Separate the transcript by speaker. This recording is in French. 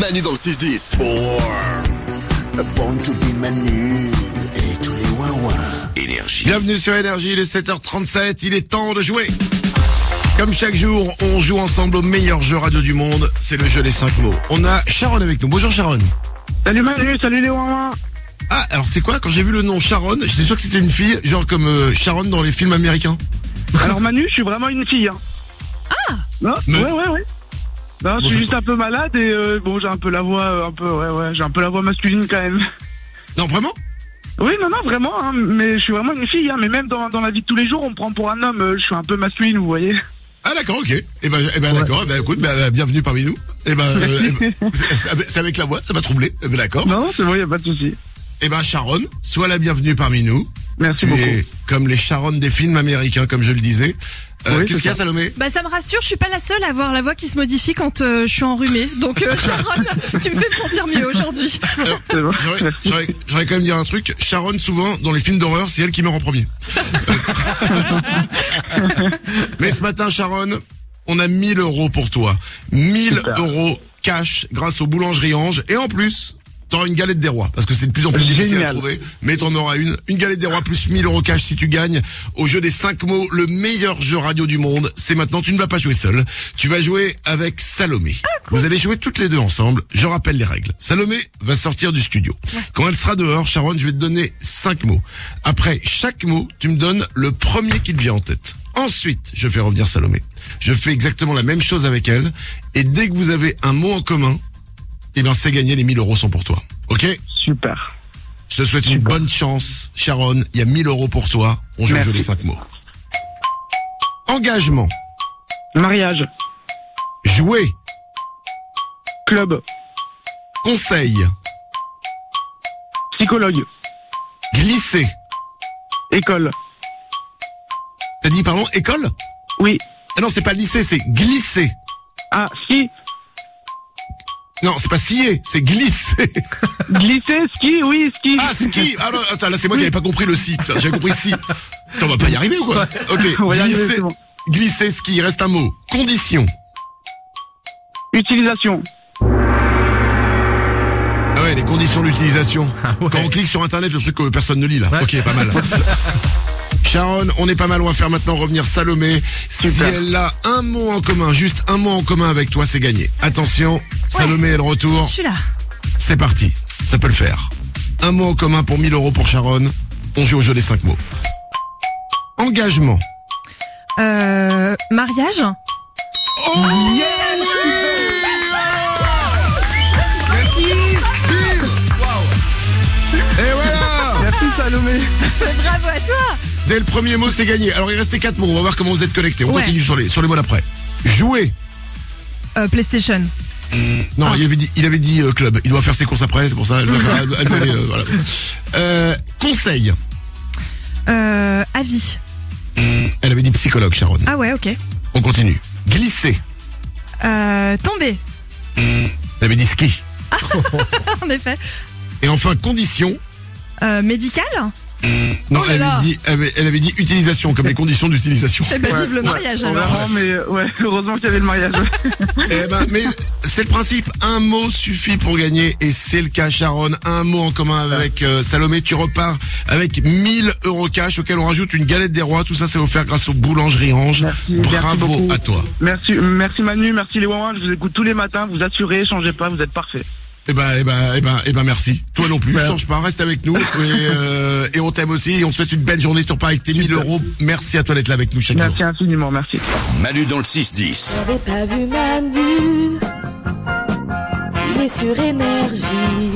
Speaker 1: Manu dans le 6-10.
Speaker 2: Oh, born to be Manu et tous les Wawa.
Speaker 1: Énergie.
Speaker 3: Bienvenue sur Énergie, il est 7h37, il est temps de jouer. Comme chaque jour, on joue ensemble au meilleur jeu radio du monde, c'est le jeu des 5 mots. On a Sharon avec nous. Bonjour Sharon.
Speaker 4: Salut Manu, salut Léo hein, Maman.
Speaker 3: Ah, alors c'est quoi Quand j'ai vu le nom Sharon, j'étais sûr que c'était une fille, genre comme euh, Sharon dans les films américains.
Speaker 4: Alors Manu, je suis vraiment une fille. Hein. Ah
Speaker 3: Mais-
Speaker 4: Ouais, ouais, ouais. Non, je
Speaker 3: Bon,
Speaker 4: suis
Speaker 3: je
Speaker 4: juste
Speaker 3: sens-
Speaker 4: un peu malade et euh, bon, j'ai un peu la voix, euh, un peu, ouais, ouais, j'ai un peu la voix masculine quand même.
Speaker 3: Non, vraiment
Speaker 4: Oui, non, non, vraiment, hein, mais je suis vraiment une fille, hein, mais même dans, dans la vie de tous les jours, on me prend pour un homme, euh, je suis un peu masculine, vous voyez.
Speaker 3: Ah d'accord, ok. Eh ben, eh ben d'accord, eh ben, écoute, ben, ben, bienvenue parmi nous. Eh ben, euh, eh ben, c'est avec- c'est avec la voix, ça m'a troublé. Eh ben, d'accord.
Speaker 4: Non, c'est bon, y a pas de souci.
Speaker 3: Eh ben Sharon, sois la bienvenue parmi nous.
Speaker 4: Merci
Speaker 3: Tu
Speaker 4: beaucoup.
Speaker 3: es comme les Sharon des films américains, comme je le disais. Euh,
Speaker 4: Oui,
Speaker 3: Qu'est-ce
Speaker 4: c'est
Speaker 3: qu'il y a
Speaker 4: ça.
Speaker 3: Salomé
Speaker 5: Bah ça me rassure, je suis pas la seule à avoir la voix qui se modifie quand euh, je suis enrhumée. Donc euh, Sharon, tu me fais me sentir mieux aujourd'hui.
Speaker 3: Alors,
Speaker 4: C'est bon.
Speaker 3: J'aurais- J'aurais j'aurais quand même dire un truc. Sharon, souvent, dans les films d'horreur, c'est elle qui meurt en premier. Euh, Mais ce matin, Sharon, on a 1000 euros pour toi. 1000
Speaker 4: Super.
Speaker 3: euros cash grâce aux boulangeries Ange. Et en plus, t'auras une galette des rois. Parce que c'est de plus en plus difficile à
Speaker 4: Génial.
Speaker 3: trouver. Mais t'en auras une. Une galette des rois plus 1000 euros cash si tu gagnes. Au jeu des 5 mots, le meilleur jeu radio du monde. C'est maintenant, tu ne vas pas jouer seul. Tu vas jouer avec Salomé. Vous allez jouer toutes les deux ensemble. Je rappelle les règles. Salomé va sortir du studio. Quand elle sera dehors, Sharon, je vais te donner 5 mots. Après chaque mot, tu me donnes le premier qui te vient en tête. Ensuite, je fais revenir Salomé. Je fais exactement la même chose avec elle. Et dès que vous avez un mot en commun, eh bien, c'est gagné. Les 1000 euros sont pour toi. Ok?
Speaker 4: Super.
Speaker 3: Je te souhaite une
Speaker 4: Super.
Speaker 3: bonne chance, Sharon. Il y a 1000 euros pour toi. On joue au jeu
Speaker 4: Merci.
Speaker 3: des 5 mots. Engagement.
Speaker 4: Mariage,
Speaker 3: Jouer.
Speaker 4: club,
Speaker 3: Conseil.
Speaker 4: psychologue,
Speaker 3: Glisser.
Speaker 4: école,
Speaker 3: T'as dit, pardon, école?
Speaker 4: oui.
Speaker 3: Ah non, c'est pas lycée, c'est glisser.
Speaker 4: Ah, ski,
Speaker 3: Non, c'est pas scier, c'est glisser.
Speaker 4: glisser, ski, oui, ski.
Speaker 3: Ah, ski Ah non, attends, là, c'est moi qui n'avais pas compris le si. Putain, J'avais compris si. T'en vas pas y arriver ou quoi Ok,
Speaker 4: On va y arriver,
Speaker 3: glisser,
Speaker 4: c'est bon.
Speaker 3: glisser, ski, il reste un mot. Condition.
Speaker 4: Utilisation,
Speaker 3: Ah ouais, les conditions d'utilisation. Quand on clique sur Internet, le truc que personne ne lit, là. Ok, pas mal. Sharon, on est pas mal, on va faire maintenant revenir Salomé. Si
Speaker 4: Super.
Speaker 3: elle a un mot en commun, juste un mot en commun avec toi, c'est gagné. Attention, Salomé est de retour.
Speaker 5: Je suis là.
Speaker 3: C'est parti, ça peut le faire. Un mot en commun pour 1000 euros pour Sharon. On joue au jeu des 5 mots. Engagement.
Speaker 5: Euh, mariage
Speaker 3: Oh Et voilà
Speaker 4: merci Salomé.
Speaker 5: Bravo à toi
Speaker 3: Dès le premier mot, c'est gagné. Alors il restait 4 mots, on va voir comment vous êtes connectés. On
Speaker 5: Ouais.
Speaker 3: continue sur les, sur les mots d'après. Jouer.
Speaker 5: euh, PlayStation. Ah.
Speaker 3: Non, il avait dit, il avait dit euh, club. Il doit faire ses courses après, c'est pour ça. Elle doit faire- elle doit aller, euh, voilà. Euh, conseil.
Speaker 5: Euh, avis.
Speaker 3: Elle avait dit psychologue, Sharon.
Speaker 5: Ah ouais, ok.
Speaker 3: On continue. Glisser.
Speaker 5: Euh, tomber,
Speaker 3: Elle avait dit ski.
Speaker 5: en effet.
Speaker 3: Et enfin, condition.
Speaker 5: Euh, médical
Speaker 3: Non,
Speaker 5: Oh là
Speaker 3: elle,
Speaker 5: là.
Speaker 3: avait dit, elle, avait, elle avait dit utilisation, comme les conditions d'utilisation.
Speaker 5: Eh ben
Speaker 4: Ouais,
Speaker 5: vive le
Speaker 4: ouais,
Speaker 5: mariage
Speaker 3: Ah,
Speaker 4: on
Speaker 5: alors.
Speaker 4: verra, mais euh, ouais, heureusement qu'il y avait le mariage.
Speaker 3: eh ben, mais c'est le principe. Un mot suffit pour gagner, et c'est le cas, Sharon. Un mot en
Speaker 4: Ah.
Speaker 3: commun avec euh, Salomé. Tu repars avec 1000 euros cash, auquel on rajoute une galette des rois. Tout ça, c'est offert grâce aux boulangeries Ange.
Speaker 4: Merci, merci
Speaker 3: Bravo
Speaker 4: beaucoup.
Speaker 3: à toi.
Speaker 4: Merci, merci Manu, merci les Wawa, je vous écoute tous les matins, vous assurez, changez pas, vous êtes parfait.
Speaker 3: Eh ben, eh ben, eh ben, eh ben, merci. Toi non plus, change pas, reste avec nous. Et, euh, et on t'aime aussi, et on te souhaite une belle journée. Tu repars avec tes 1000 euros. Merci à toi d'être là avec nous chaque jour.
Speaker 4: Merci infiniment, merci.
Speaker 1: Manu dans le 6-10.
Speaker 6: J'avais pas vu Manu. Il est sur énergie.